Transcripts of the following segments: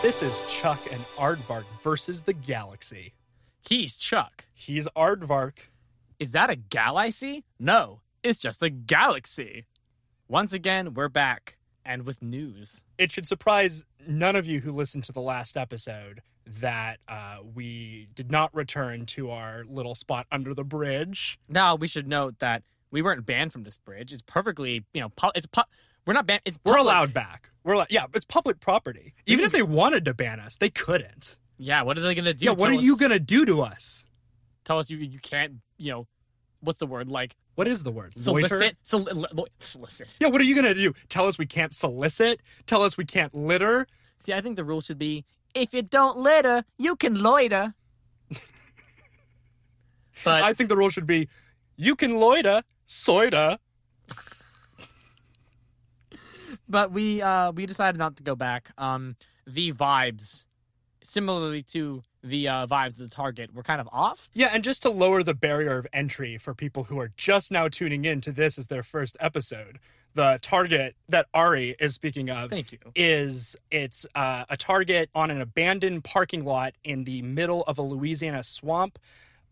This is Chuck and Aardvark versus the galaxy. He's Chuck. He's Aardvark. Is that a galaxy? No, it's just a galaxy. Once again, we're back and with news. It should surprise none of you who listened to the last episode that uh, we did not return to our little spot under the bridge. Now we should note that we weren't banned from this bridge. It's perfectly, you know, pu- it's pu- we're not banned. It's We're public. allowed back. We're allowed, yeah, it's public property. Even if they wanted to ban us, they couldn't. Yeah. What are they gonna do? Yeah, what are Tell you us- going to do to us? tell us? You you can't. You know, what's the word like? What is the word? Loiter? Solicit. Sol- lo- lo- solicit. Yeah, what are you going to do? Tell us we can't solicit? Tell us we can't litter? See, I think the rule should be: if you don't litter, you can loiter. but I think the rule should be you can loiter, soida. but we uh we decided not to go back. Um the vibes similarly to the uh vibes of the target were kind of off. Yeah, and just to lower the barrier of entry for people who are just now tuning in to this as their first episode, the target that Ari is speaking of Thank you. is it's uh, a target on an abandoned parking lot in the middle of a Louisiana swamp.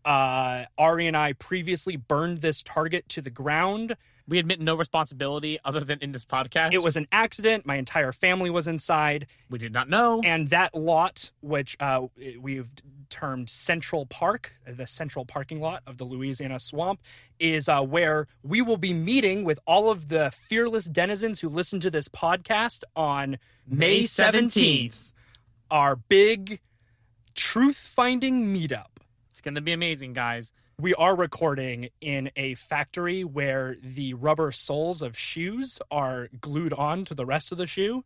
Uh, Ari and I previously burned this target to the ground. We admit no responsibility other than in this podcast. It was an accident. My entire family was inside. we did not know. and that lot, which uh, we've termed Central Park, the central parking lot of the Louisiana swamp, is uh, where we will be meeting with all of the fearless denizens who listen to this podcast on May 17th, our big truth finding meetup. It's gonna be amazing, guys. We are recording in a factory where the rubber soles of shoes are glued on to the rest of the shoe.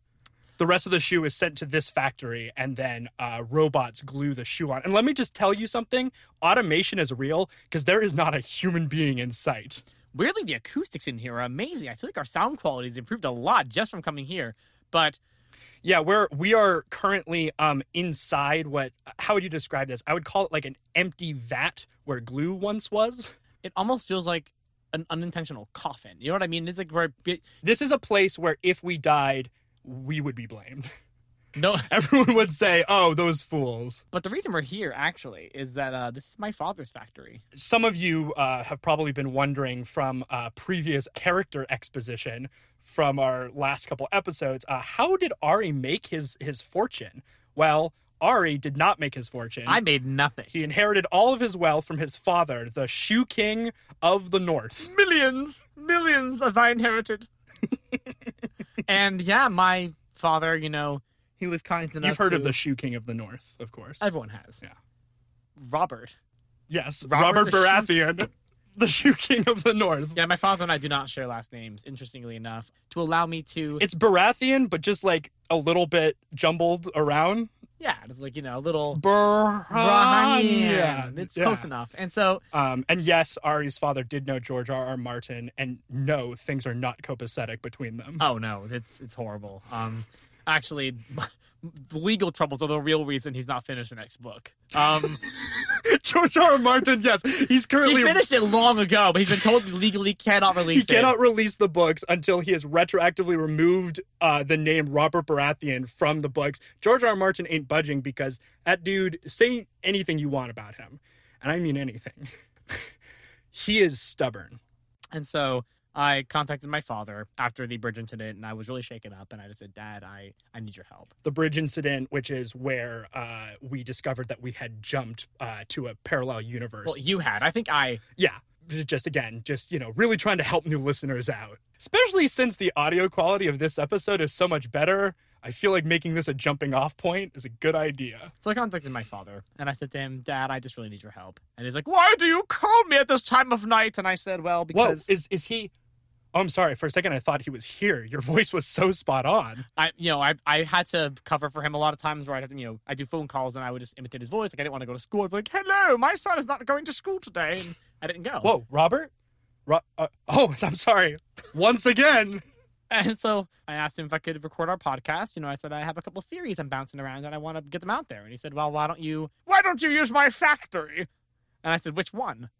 The rest of the shoe is sent to this factory, and then uh, robots glue the shoe on. And let me just tell you something automation is real because there is not a human being in sight. Weirdly the acoustics in here are amazing. I feel like our sound quality has improved a lot just from coming here. But Yeah, we're we are currently um inside what how would you describe this? I would call it like an empty vat where glue once was. it almost feels like an unintentional coffin. You know what I mean? It's like where it- This is a place where if we died, we would be blamed. no everyone would say, "Oh, those fools." but the reason we're here actually is that uh this is my father's factory. Some of you uh, have probably been wondering from uh, previous character exposition from our last couple episodes. Uh, how did Ari make his his fortune? Well, Ari did not make his fortune. I made nothing. he inherited all of his wealth from his father, the shoe king of the north. millions, millions of I inherited. and yeah, my father, you know, he was kind enough. You've heard to, of the shoe king of the north, of course. Everyone has. Yeah. Robert. yes, Robert Robert the Shoe- Baratheon, the shoe king of the north. Yeah, my father and I do not share last names. Interestingly enough, to allow me to. It's Baratheon, but just like a little bit jumbled around. yeah, it's like you know, a little. Brahman. Brahman. It's Yeah. close enough. And so, Um, and yes, Ari's father did know George R. R. Martin, and no, things are not copacetic between them. oh no, it's it's horrible. Um, actually, the legal troubles are the real reason he's not finished the next book. Um. George R. R. Martin, yes, he's currently He finished it long ago, but he's been told he legally cannot he release it. cannot release the books until he has retroactively removed uh, the name Robert Baratheon from the books. George R. R. Martin ain't budging because that dude say anything you want about him, and I mean anything. he is stubborn. And so I contacted my father after the bridge incident, and I was really shaken up. And I just said, "Dad, I I need your help." the bridge incident, which is where uh, we discovered that we had jumped uh, to a parallel universe. Well, you had. I think I. yeah, just again, just you know, really trying to help new listeners out, especially since the audio quality of this episode is so much better. I feel like making this a jumping off point is a good idea. So I contacted my father, and I said to him, "Dad, I just really need your help." And he's like, "Why do you call me at this time of night?" And I said, "Well, Whoa, because is is he? Oh, I'm sorry. For a second, I thought he was here. Your voice was so spot on. I, you know, I I had to cover for him a lot of times where I had to, you know, I do phone calls and I would just imitate his voice. Like I didn't want to go to school. I'd be like, "Hello, my son is not going to school today," and I didn't go. Whoa, Robert. Ro- uh, oh, I'm sorry. Once again. And so I asked him if I could record our podcast. You know, I said I have a couple theories I'm bouncing around and I want to get them out there. And he said, "Well, why don't you why don't you use my factory?" And I said, "Which one?"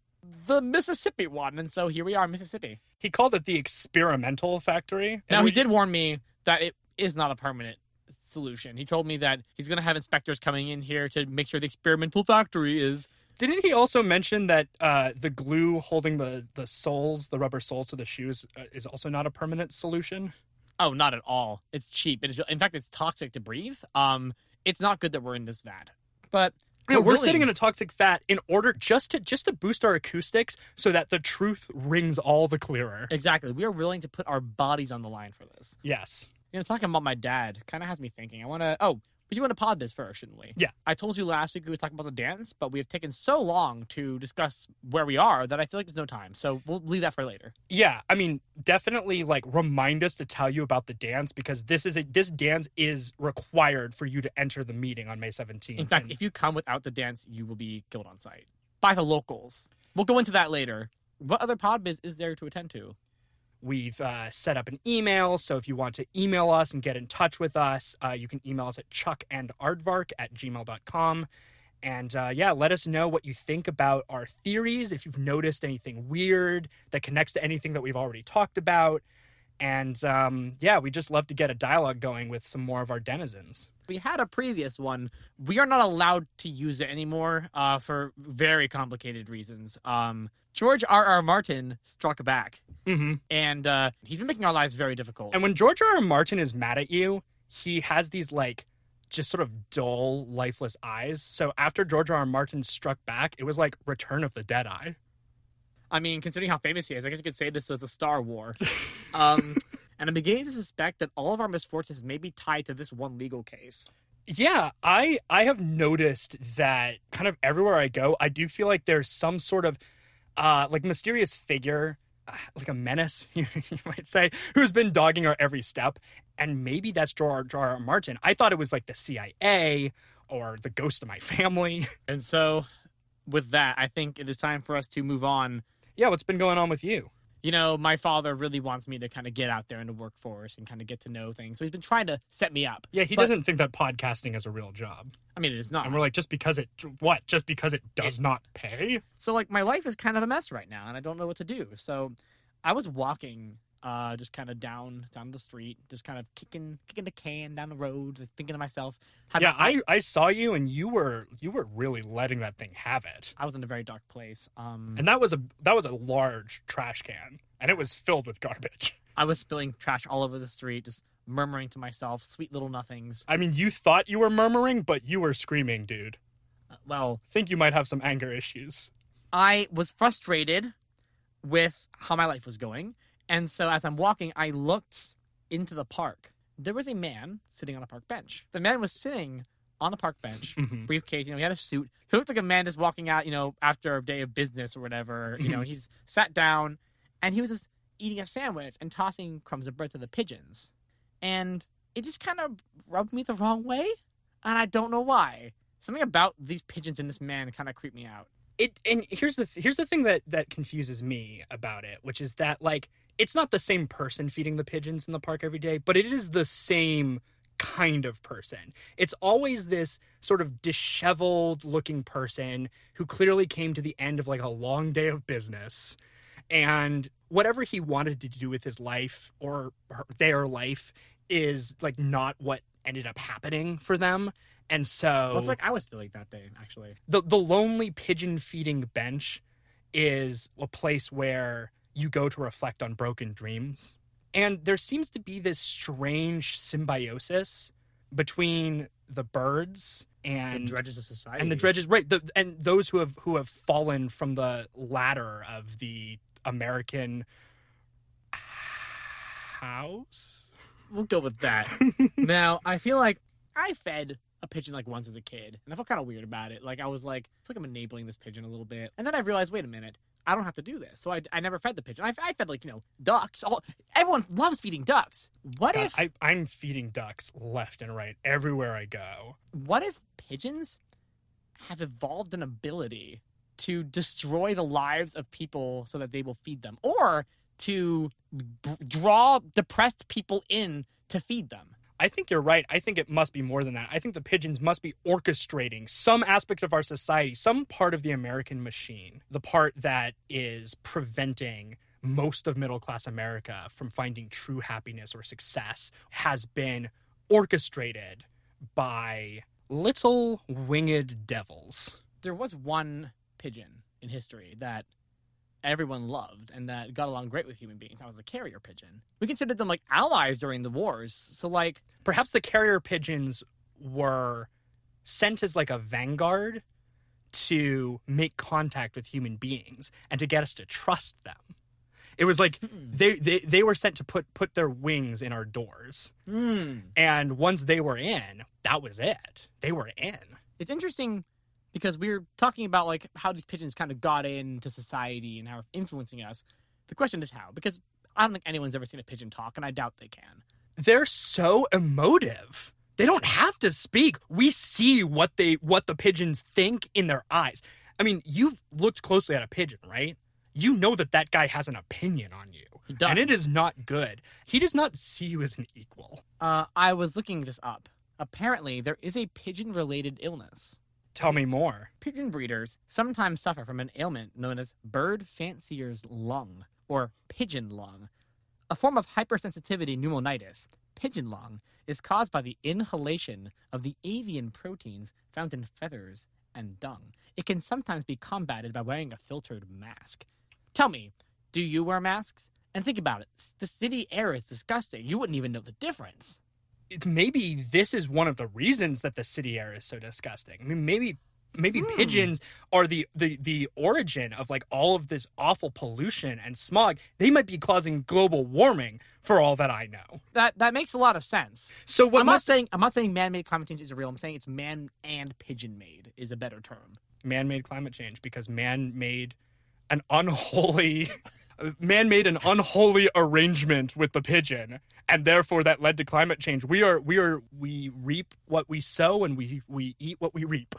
The Mississippi one. And so here we are, Mississippi. He called it the experimental factory. Now And he did warn me that it is not a permanent s- solution. He told me that he's going to have inspectors coming in here to make sure the experimental factory is. Didn't he also mention that uh, the glue holding the the soles, the rubber soles to the shoes, uh, is also not a permanent solution? Oh, not at all. It's cheap. It is, in fact, it's toxic to breathe. Um, it's not good that we're in this vat. But No, we're willing- sitting in a toxic fat in order just to just to boost our acoustics so that the truth rings all the clearer. exactly. We are willing to put our bodies on the line for this. Yes. You know, talking about my dad kind of has me thinking. I want to. Oh, we do want to pod this first, shouldn't we? Yeah. I told you last week we would talk about the dance, but we have taken so long to discuss where we are that I feel like there's no time. So we'll leave that for later. Yeah, I mean, definitely like remind us to tell you about the dance because this is a this dance is required for you to enter the meeting on May 17th. In fact, And if you come without the dance, you will be killed on sight by the locals. We'll go into that later. What other pod biz is there to attend to? we've uh, set up an email, so if you want to email us and get in touch with us, uh, you can email us at chuckandardvark at gmail.com. And uh, yeah, let us know what you think about our theories, if you've noticed anything weird that connects to anything that we've already talked about. And um, yeah, we just love to get a dialogue going with some more of our denizens. We had a previous one. We are not allowed to use it anymore uh, for very complicated reasons. Um, George R. R. Martin struck back, Mm-hmm. and uh, he's been making our lives very difficult. And when George R. R. Martin is mad at you, he has these like just sort of dull, lifeless eyes. So after George R. R. Martin struck back, it was like Return of the Deadeye. I mean, considering how famous he is, I guess you could say this was a Star War. um, and I'm beginning to suspect that all of our misfortunes may be tied to this one legal case. Yeah, I I have noticed that kind of everywhere I go, I do feel like there's some sort of uh like mysterious figure, uh, like a menace, you might say, who's been dogging our every step. And maybe that's George R. R. Martin. I thought it was like the CIA or the ghost of my family. And so, with that, I think it is time for us to move on. Yeah, what's been going on with you? You know, my father really wants me to kind of get out there in the workforce and kind of get to know things. So he's been trying to set me up. Yeah, he But- doesn't think that podcasting is a real job. I mean, it is not. And we're like, just because it, what? Just because Uh-uh. it does not pay? So, like, my life is kind of a mess right now, and I don't know what to do. So, I was walking, uh, just kind of down down the street, just kind of kicking kicking the can down the road, just thinking to myself, had Yeah, my- I, I saw you and you were, you were really letting that thing have it. I was in a very dark place. Um, And that was a, that was a large trash can and it was filled with garbage. I was spilling trash all over the street, just murmuring to myself, "Sweet little nothings." I mean, you thought you were murmuring, but you were screaming, dude. Uh, well, Think you might have some anger issues. I was frustrated with how my life was going. And so as I'm walking, I looked into the park. There was a man sitting on a park bench. The man was sitting on a park bench, Mhm. briefcase, you know, he had a suit. He looked like a man just walking out, you know, after a day of business or whatever, Mm-hmm. you know, and he's sat down and he was just eating a sandwich and tossing crumbs of bread to the pigeons. And it just kind of rubbed me the wrong way. And I don't know why. Something about these pigeons and this man kind of creeped me out. It, and here's the, th- here's the thing that, that confuses me about it, which is that like, it's not the same person feeding the pigeons in the park every day, but it is the same kind of person. It's always this sort of disheveled looking person who clearly came to the end of like a long day of business and whatever he wanted to do with his life or her, their life is like not what ended up happening for them. And so Well, it's like I was feeling that day, actually. the the lonely pigeon feeding bench is a place where you go to reflect on broken dreams and there seems to be this strange symbiosis between the birds and dredges of society. and the dredges right the, and those who have who have fallen from the ladder of the american house We'll go with that. now, I feel like I fed a pigeon like once as a kid, and I felt kind of weird about it. Like I was like, I feel like I'm enabling this pigeon a little bit, and then I realized, wait a minute, I don't have to do this. So I, I never fed the pigeon. I, I fed like you know ducks. All everyone loves feeding ducks. What God, if I, i'm feeding ducks left and right everywhere i go what if pigeons have evolved an ability to destroy the lives of people so that they will feed them or to b- draw depressed people in to feed them I think you're right. I think it must be more than that. I think the pigeons must be orchestrating some aspect of our society, some part of the American machine, the part that is preventing most of middle class America from finding true happiness or success has been orchestrated by little winged devils. There was one pigeon in history that everyone loved and that got along great with human beings. That was the carrier pigeon. We considered them like allies during the wars. So like Perhaps the carrier pigeons were sent as like a vanguard to make contact with human beings and to get us to trust them. It was like mm, they, they, they were sent to put, put their wings in our doors. mm. And once they were in, that was it. They were in. it's interesting because we were talking about like how these pigeons kind of got into society and how it's influencing us. The question is how, because I don't think anyone's ever seen a pigeon talk, and I doubt they can. They're so emotive. They don't have to speak. We see what they what the pigeons think in their eyes. I mean, you've looked closely at a pigeon, right? You know that that guy has an opinion on you. He does. And it is not good. He does not see you as an equal. Uh, I was looking this up. Apparently, there is a pigeon-related illness. Tell me more. Pigeon breeders sometimes suffer from an ailment known as bird fancier's lung or pigeon lung. A form of hypersensitivity pneumonitis, pigeon lung, is caused by the inhalation of the avian proteins found in feathers and dung. It can sometimes be combated by wearing a filtered mask. Tell me, do you wear masks? And think about it. s- The city air is disgusting. You wouldn't even know the difference. maybe this is one of the reasons that the city air is so disgusting. I mean, maybe maybe Hmm. pigeons are the, the the origin of like all of this awful pollution and smog. They might be causing global warming for all that I know. That that makes a lot of sense. So what I'm must not saying I'm not saying man-made climate change is real. I'm saying it's man and pigeon-made is a better term. man-made climate change because man made an unholy man made an unholy arrangement with the pigeon and therefore that led to climate change. We are we are we reap what we sow and we we eat what we reap.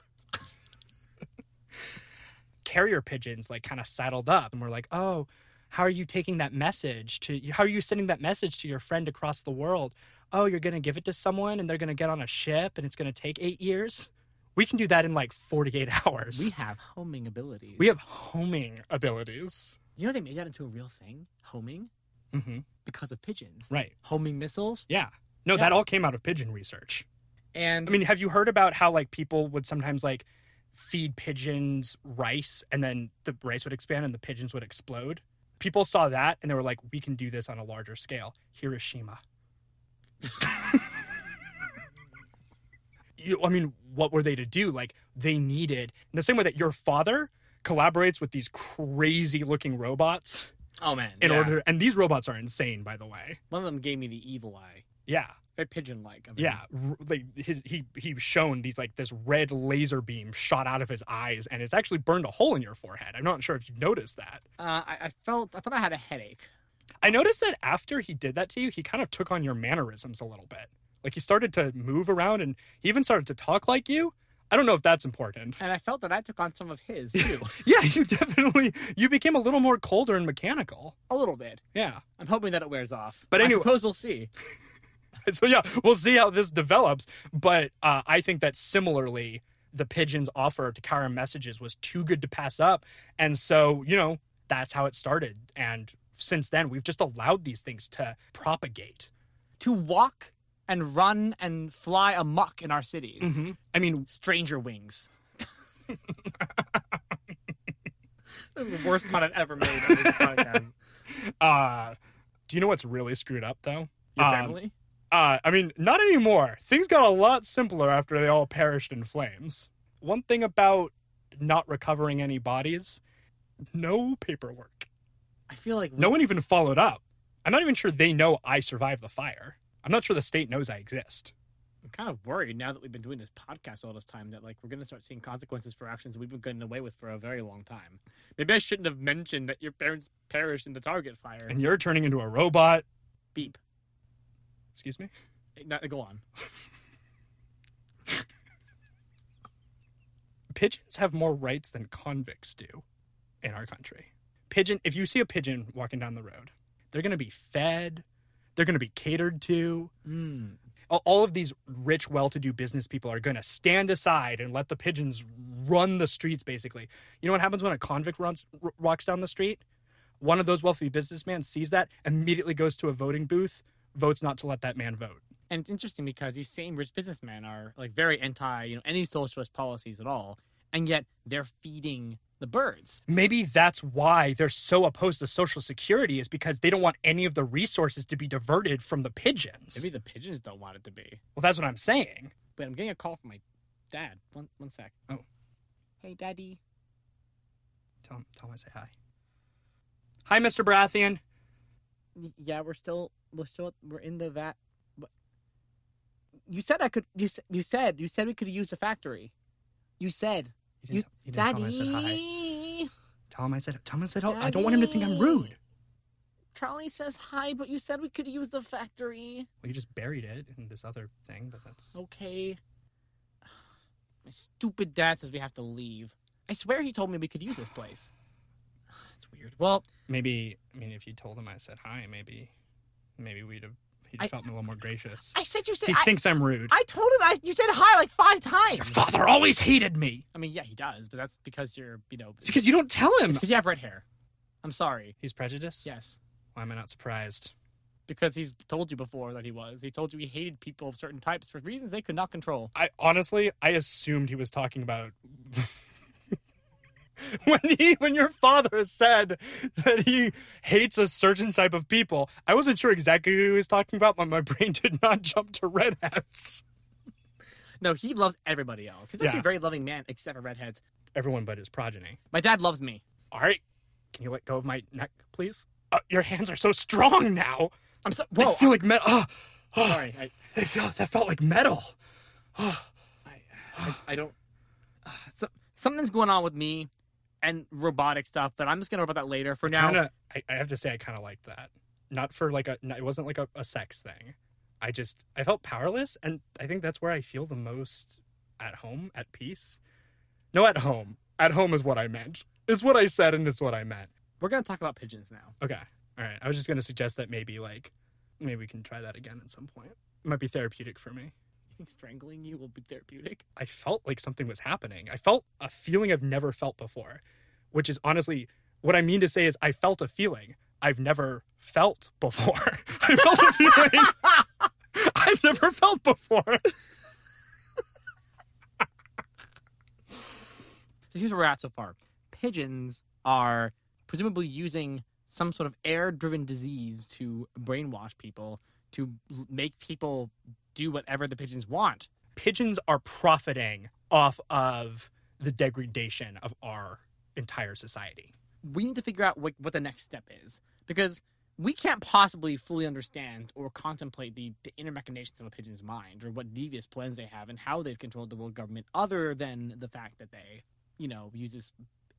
Carrier pigeons like kind of saddled up and were like, "Oh, how are you taking that message to how are you sending that message to your friend across the world? Oh, you're going to give it to someone and they're going to get on a ship and it's going to take 8 years." We can do that in like 48 hours. We have homing abilities. We have homing abilities. You know they made that into a real thing, homing, hmm because of pigeons. Right. Homing missiles. Yeah. No, Yeah. that all came out of pigeon research. And I mean, have you heard about how like people would sometimes like feed pigeons rice and then the rice would expand and the pigeons would explode? People saw that and they were like, we can do this on a larger scale. Hiroshima. you, I mean, what were they to do? Like, they needed, in the same way that your father collaborates with these crazy looking robots oh man. in yeah. order and these robots are insane by the way one of them gave me the evil eye. yeah Very pigeon like. yeah R- like his he he was shown these like this red laser beam shot out of his eyes and it's actually burned a hole in your forehead i'm not sure if you've noticed that Uh, I, I felt I thought I had a headache. i noticed that after he did that to you he kind of took on your mannerisms a little bit like he started to move around and he even started to talk like you i don't know if that's important And I felt that I took on some of his too. yeah you definitely you became a little more colder and mechanical a little bit. yeah I'm hoping that it wears off. But anyway- I suppose we'll see. so yeah, we'll see how this develops. But uh, I think that similarly, the pigeons' offer to Kyra messages was too good to pass up, and so you know that's how it started. And since then, we've just allowed these things to propagate. To walk and run and fly amok in our cities. I mean, Stranger Wings. that was the worst pun I've ever made on this podcast. uh, do you know what's really screwed up though? Your Um, family? Uh, I mean, not anymore. Things got a lot simpler after they all perished in flames. One thing about not recovering any bodies, no paperwork. I feel like we- No one even followed up. I'm not even sure they know I survived the fire. I'm not sure the state knows I exist. I'm kind of worried now that we've been doing this podcast all this time that like we're gonna start seeing consequences for actions we've been getting away with for a very long time. Maybe I shouldn't have mentioned that your parents perished in the Target fire. And you're turning into a robot. Beep. Excuse me? No, go on. Pigeons have more rights than convicts do in our country. Pigeon, if you see a pigeon walking down the road, they're going to be fed, they're going to be catered to. Hmm. Mm. All- All of these rich, well to do business people are going to stand aside and let the pigeons run the streets, basically. You know what happens when a convict runs, r- walks down the street? one of those wealthy businessmen sees that, immediately goes to a voting booth, votes not to let that man vote. And it's interesting because these same rich businessmen are like very anti, you know, any socialist policies at all, and yet they're feeding the birds. Maybe that's why they're so opposed to Social Security is because they don't want any of the resources to be diverted from the pigeons. Maybe the pigeons don't want it to be. Well, that's what I'm saying. Wait, I'm getting a call from my dad. One one sec. Oh. Hey, daddy. Tell him, tell him I say hi. Hi, Mr. Baratheon. Y- Yeah, we're still we're still we're in the vat. but- You said I could. You s- you said you said we could use the factory. You said, You didn't, You- tell- you didn't tell him I said hi. Daddy. Tell him I said tell him I said hi. I don't want him to think I'm rude. Charlie says hi, but you said we could use the factory. Well, you just buried it in this other thing, but that's Okay. My stupid dad says we have to leave. I swear he told me we could use this place. It's weird. Well, maybe. I mean, if you told him I said hi, maybe, maybe we'd have he'd I- have felt a little more gracious. I said you said he I, thinks I'm rude. I told him I, you said hi like five Your times. father always hated me. I mean, yeah, he does, but that's because you're, you know, It's because you don't tell him. it's because you have red hair. I'm sorry. He's prejudiced. Yes, Why am I not surprised? because he's told you before that he was. He told you he hated people of certain types for reasons they could not control. I honestly, I assumed he was talking about when he, when your father said that he hates a certain type of people. I wasn't sure exactly who he was talking about, but my brain did not jump to red hats. No, he loves everybody else. He's actually Yeah. a very loving man, except for redheads. Everyone but his progeny. My dad loves me. All right, can you let go of my neck, please? Uh, your hands are so strong now. I'm so. They Whoa. feel like metal. Oh, I'm sorry. I, they felt that felt like metal. Oh, I, I, I don't. So, something's going on with me and robotic stuff, but I'm just going to worry about that later. For now, kinda, I, I have to say, I kind of like that. Not for like a, no, it wasn't like a, a sex thing. I just, I felt powerless, and I think that's where I feel the most at home, at peace. No, at home. At home is what I meant. Is what I said, and it's what I meant. we're going to talk about pigeons now. Okay. All right. I was just gonna suggest that maybe like, maybe we can try that again at some point. It might be therapeutic for me. You think strangling you will be therapeutic? I felt like something was happening. I felt a feeling I've never felt before, which is honestly what I mean to say is I felt a feeling I've never felt before. I felt a feeling I've never felt before. So here's where we're at so far. Pigeons are presumably using some sort of air-driven disease to brainwash people to l- make people do whatever the pigeons want. Pigeons are profiting off of the degradation of our entire society. We need to figure out what, what the next step is because we can't possibly fully understand or contemplate the, the inner machinations of a pigeon's mind or what devious plans they have and how they've controlled the world government other than the fact that they, you know, use this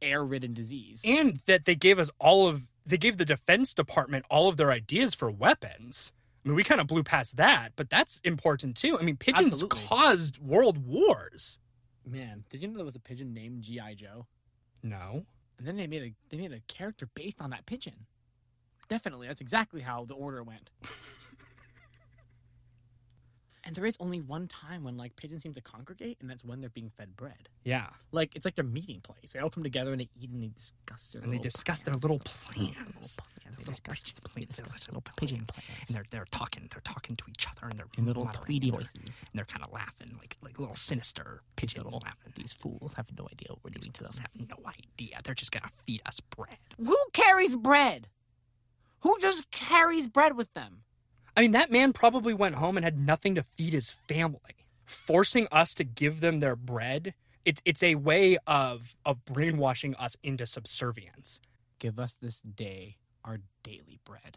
air-ridden disease. And that they gave us all of they gave the defense department all of their ideas for weapons. I mean, we kind of blew past that, but that's important too. I mean, pigeons Absolutely. caused world wars. Man, did you know there was a pigeon named G.I. Joe? No. And then they made a they made a character based on that pigeon. Definitely, that's exactly how the order went. and there is only one time when like pigeons seem to congregate, and that's when they're being fed bread. Yeah. Like it's like their meeting place. They all come together and they eat and they discuss their And they little discuss their plans, little plans, plans. Their Their little little plans. pigeon They plans, their discuss their little little pigeon And plans. they're they're talking they're talking to each other and they're In little muttering tweety and they're- voices. and they're kind of laughing like like little sinister pigeon Little- laughing. These fools have no idea what we're doing to them. Those have no idea. They're just gonna feed us bread. Who carries bread? Who just carries bread with them? I mean, that man probably went home and had nothing to feed his family. Forcing us to give them their bread, it's it's a way of of brainwashing us into subservience. Give us this day our daily bread.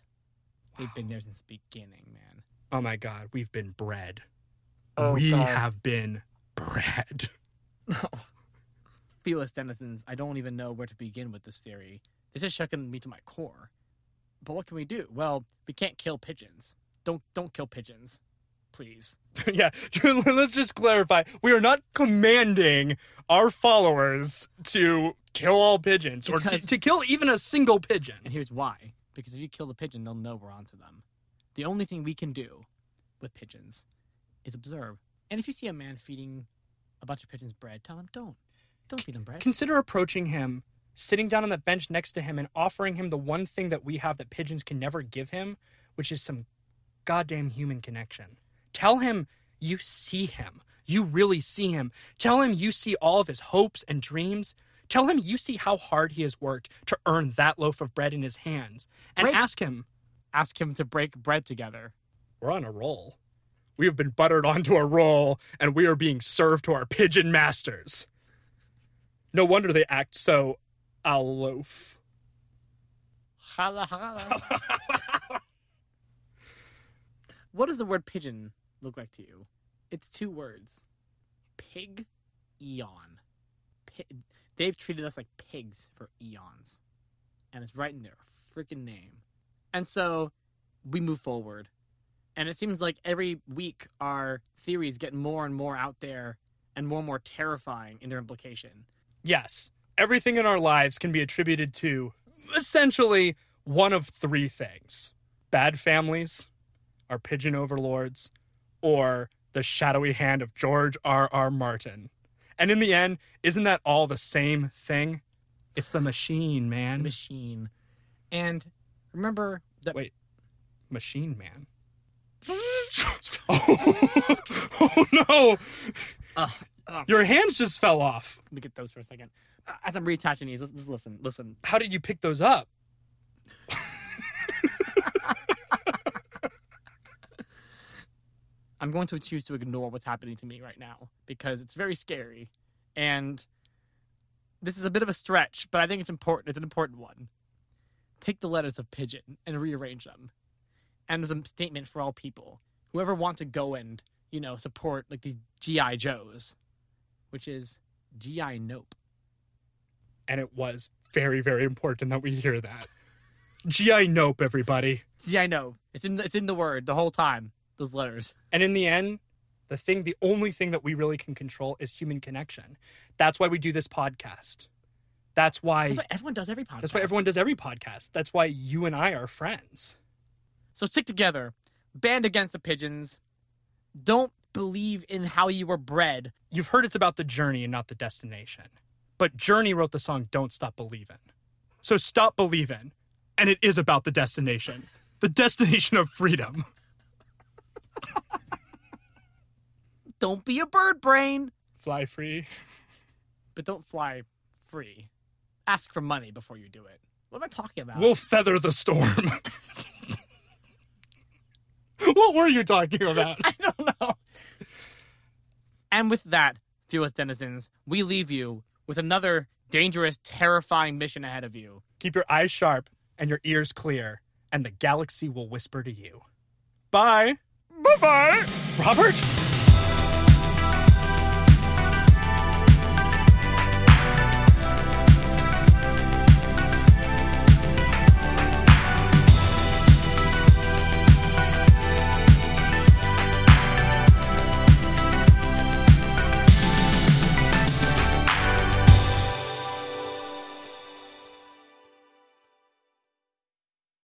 They've been there since the beginning, man. Oh my God, we've been bred. Oh, we God. have been bred. Felix Dennison's, I don't even know where to begin with this theory. This is shocking me to my core. But what can we do? Well, we can't kill pigeons. Don't don't kill pigeons, please. yeah, let's just clarify. We are not commanding our followers to kill all pigeons or to, Because- to kill even a single pigeon. And here's why: because if you kill the pigeon, they'll know we're onto them. The only thing we can do with pigeons is observe. And if you see a man feeding a bunch of pigeons bread, tell him don't. Don't feed them bread. Consider approaching him, sitting down on the bench next to him, and offering him the one thing that we have that pigeons can never give him, which is some goddamn human connection. Tell him you see him. You really see him. Tell him you see all of his hopes and dreams. Tell him you see how hard he has worked to earn that loaf of bread in his hands. And Right. ask him, Ask him to break bread together. we're on a roll. We have been buttered onto a roll, and we are being served to our pigeon masters. No wonder they act so aloof. Hala hala. what does the word pigeon look like to you? It's two words. Pig, eon. Pi They've treated us like pigs for eons. And it's right in their freaking name. And so we move forward. And it seems like every week our theories get more and more out there and more and more terrifying in their implication. Yes, everything in our lives can be attributed to essentially one of three things bad families, our pigeon overlords, or the shadowy hand of George R. R. Martin. And in the end, isn't that all the same thing? It's the machine, man. Machine. And remember that Mm-hmm. Wait. machine man. oh, oh no! Ugh, ugh. Your hands just fell off. Let me get those for a second. Uh, As I'm reattaching these, let's, let's listen, listen. How did you pick those up? I'm going to choose to ignore what's happening to me right now because it's very scary, and this is a bit of a stretch, but I think it's important. It's an important one. Take the letters of pigeon and rearrange them, and there's a statement for all people. Whoever want to go and you know support like these GI Joes, which is GI Nope. And it was very, very important that we hear that. GI Nope, everybody. GI Nope. It's in the, it's in the word the whole time. Those letters. And in the end, the thing, the only thing that we really can control is human connection. That's why we do this podcast. That's why. That's what everyone does every podcast. That's why everyone does every podcast. That's why you and I are friends. So stick together. Band against the pigeons. Don't believe in how you were bred. You've heard it's about the journey and not the destination. But Journey wrote the song Don't Stop Believin'. So stop believin'. And it is about the destination, the destination of freedom. Don't be a bird brain, Fly free. but don't fly free. Ask for money before you do it. What am I talking about? We'll feather the storm. what were you talking about? I don't know. And with that, fearless denizens, we leave you with another dangerous, terrifying mission ahead of you. Keep your eyes sharp and your ears clear, and the galaxy will whisper to you. Bye. Bye bye. Robert?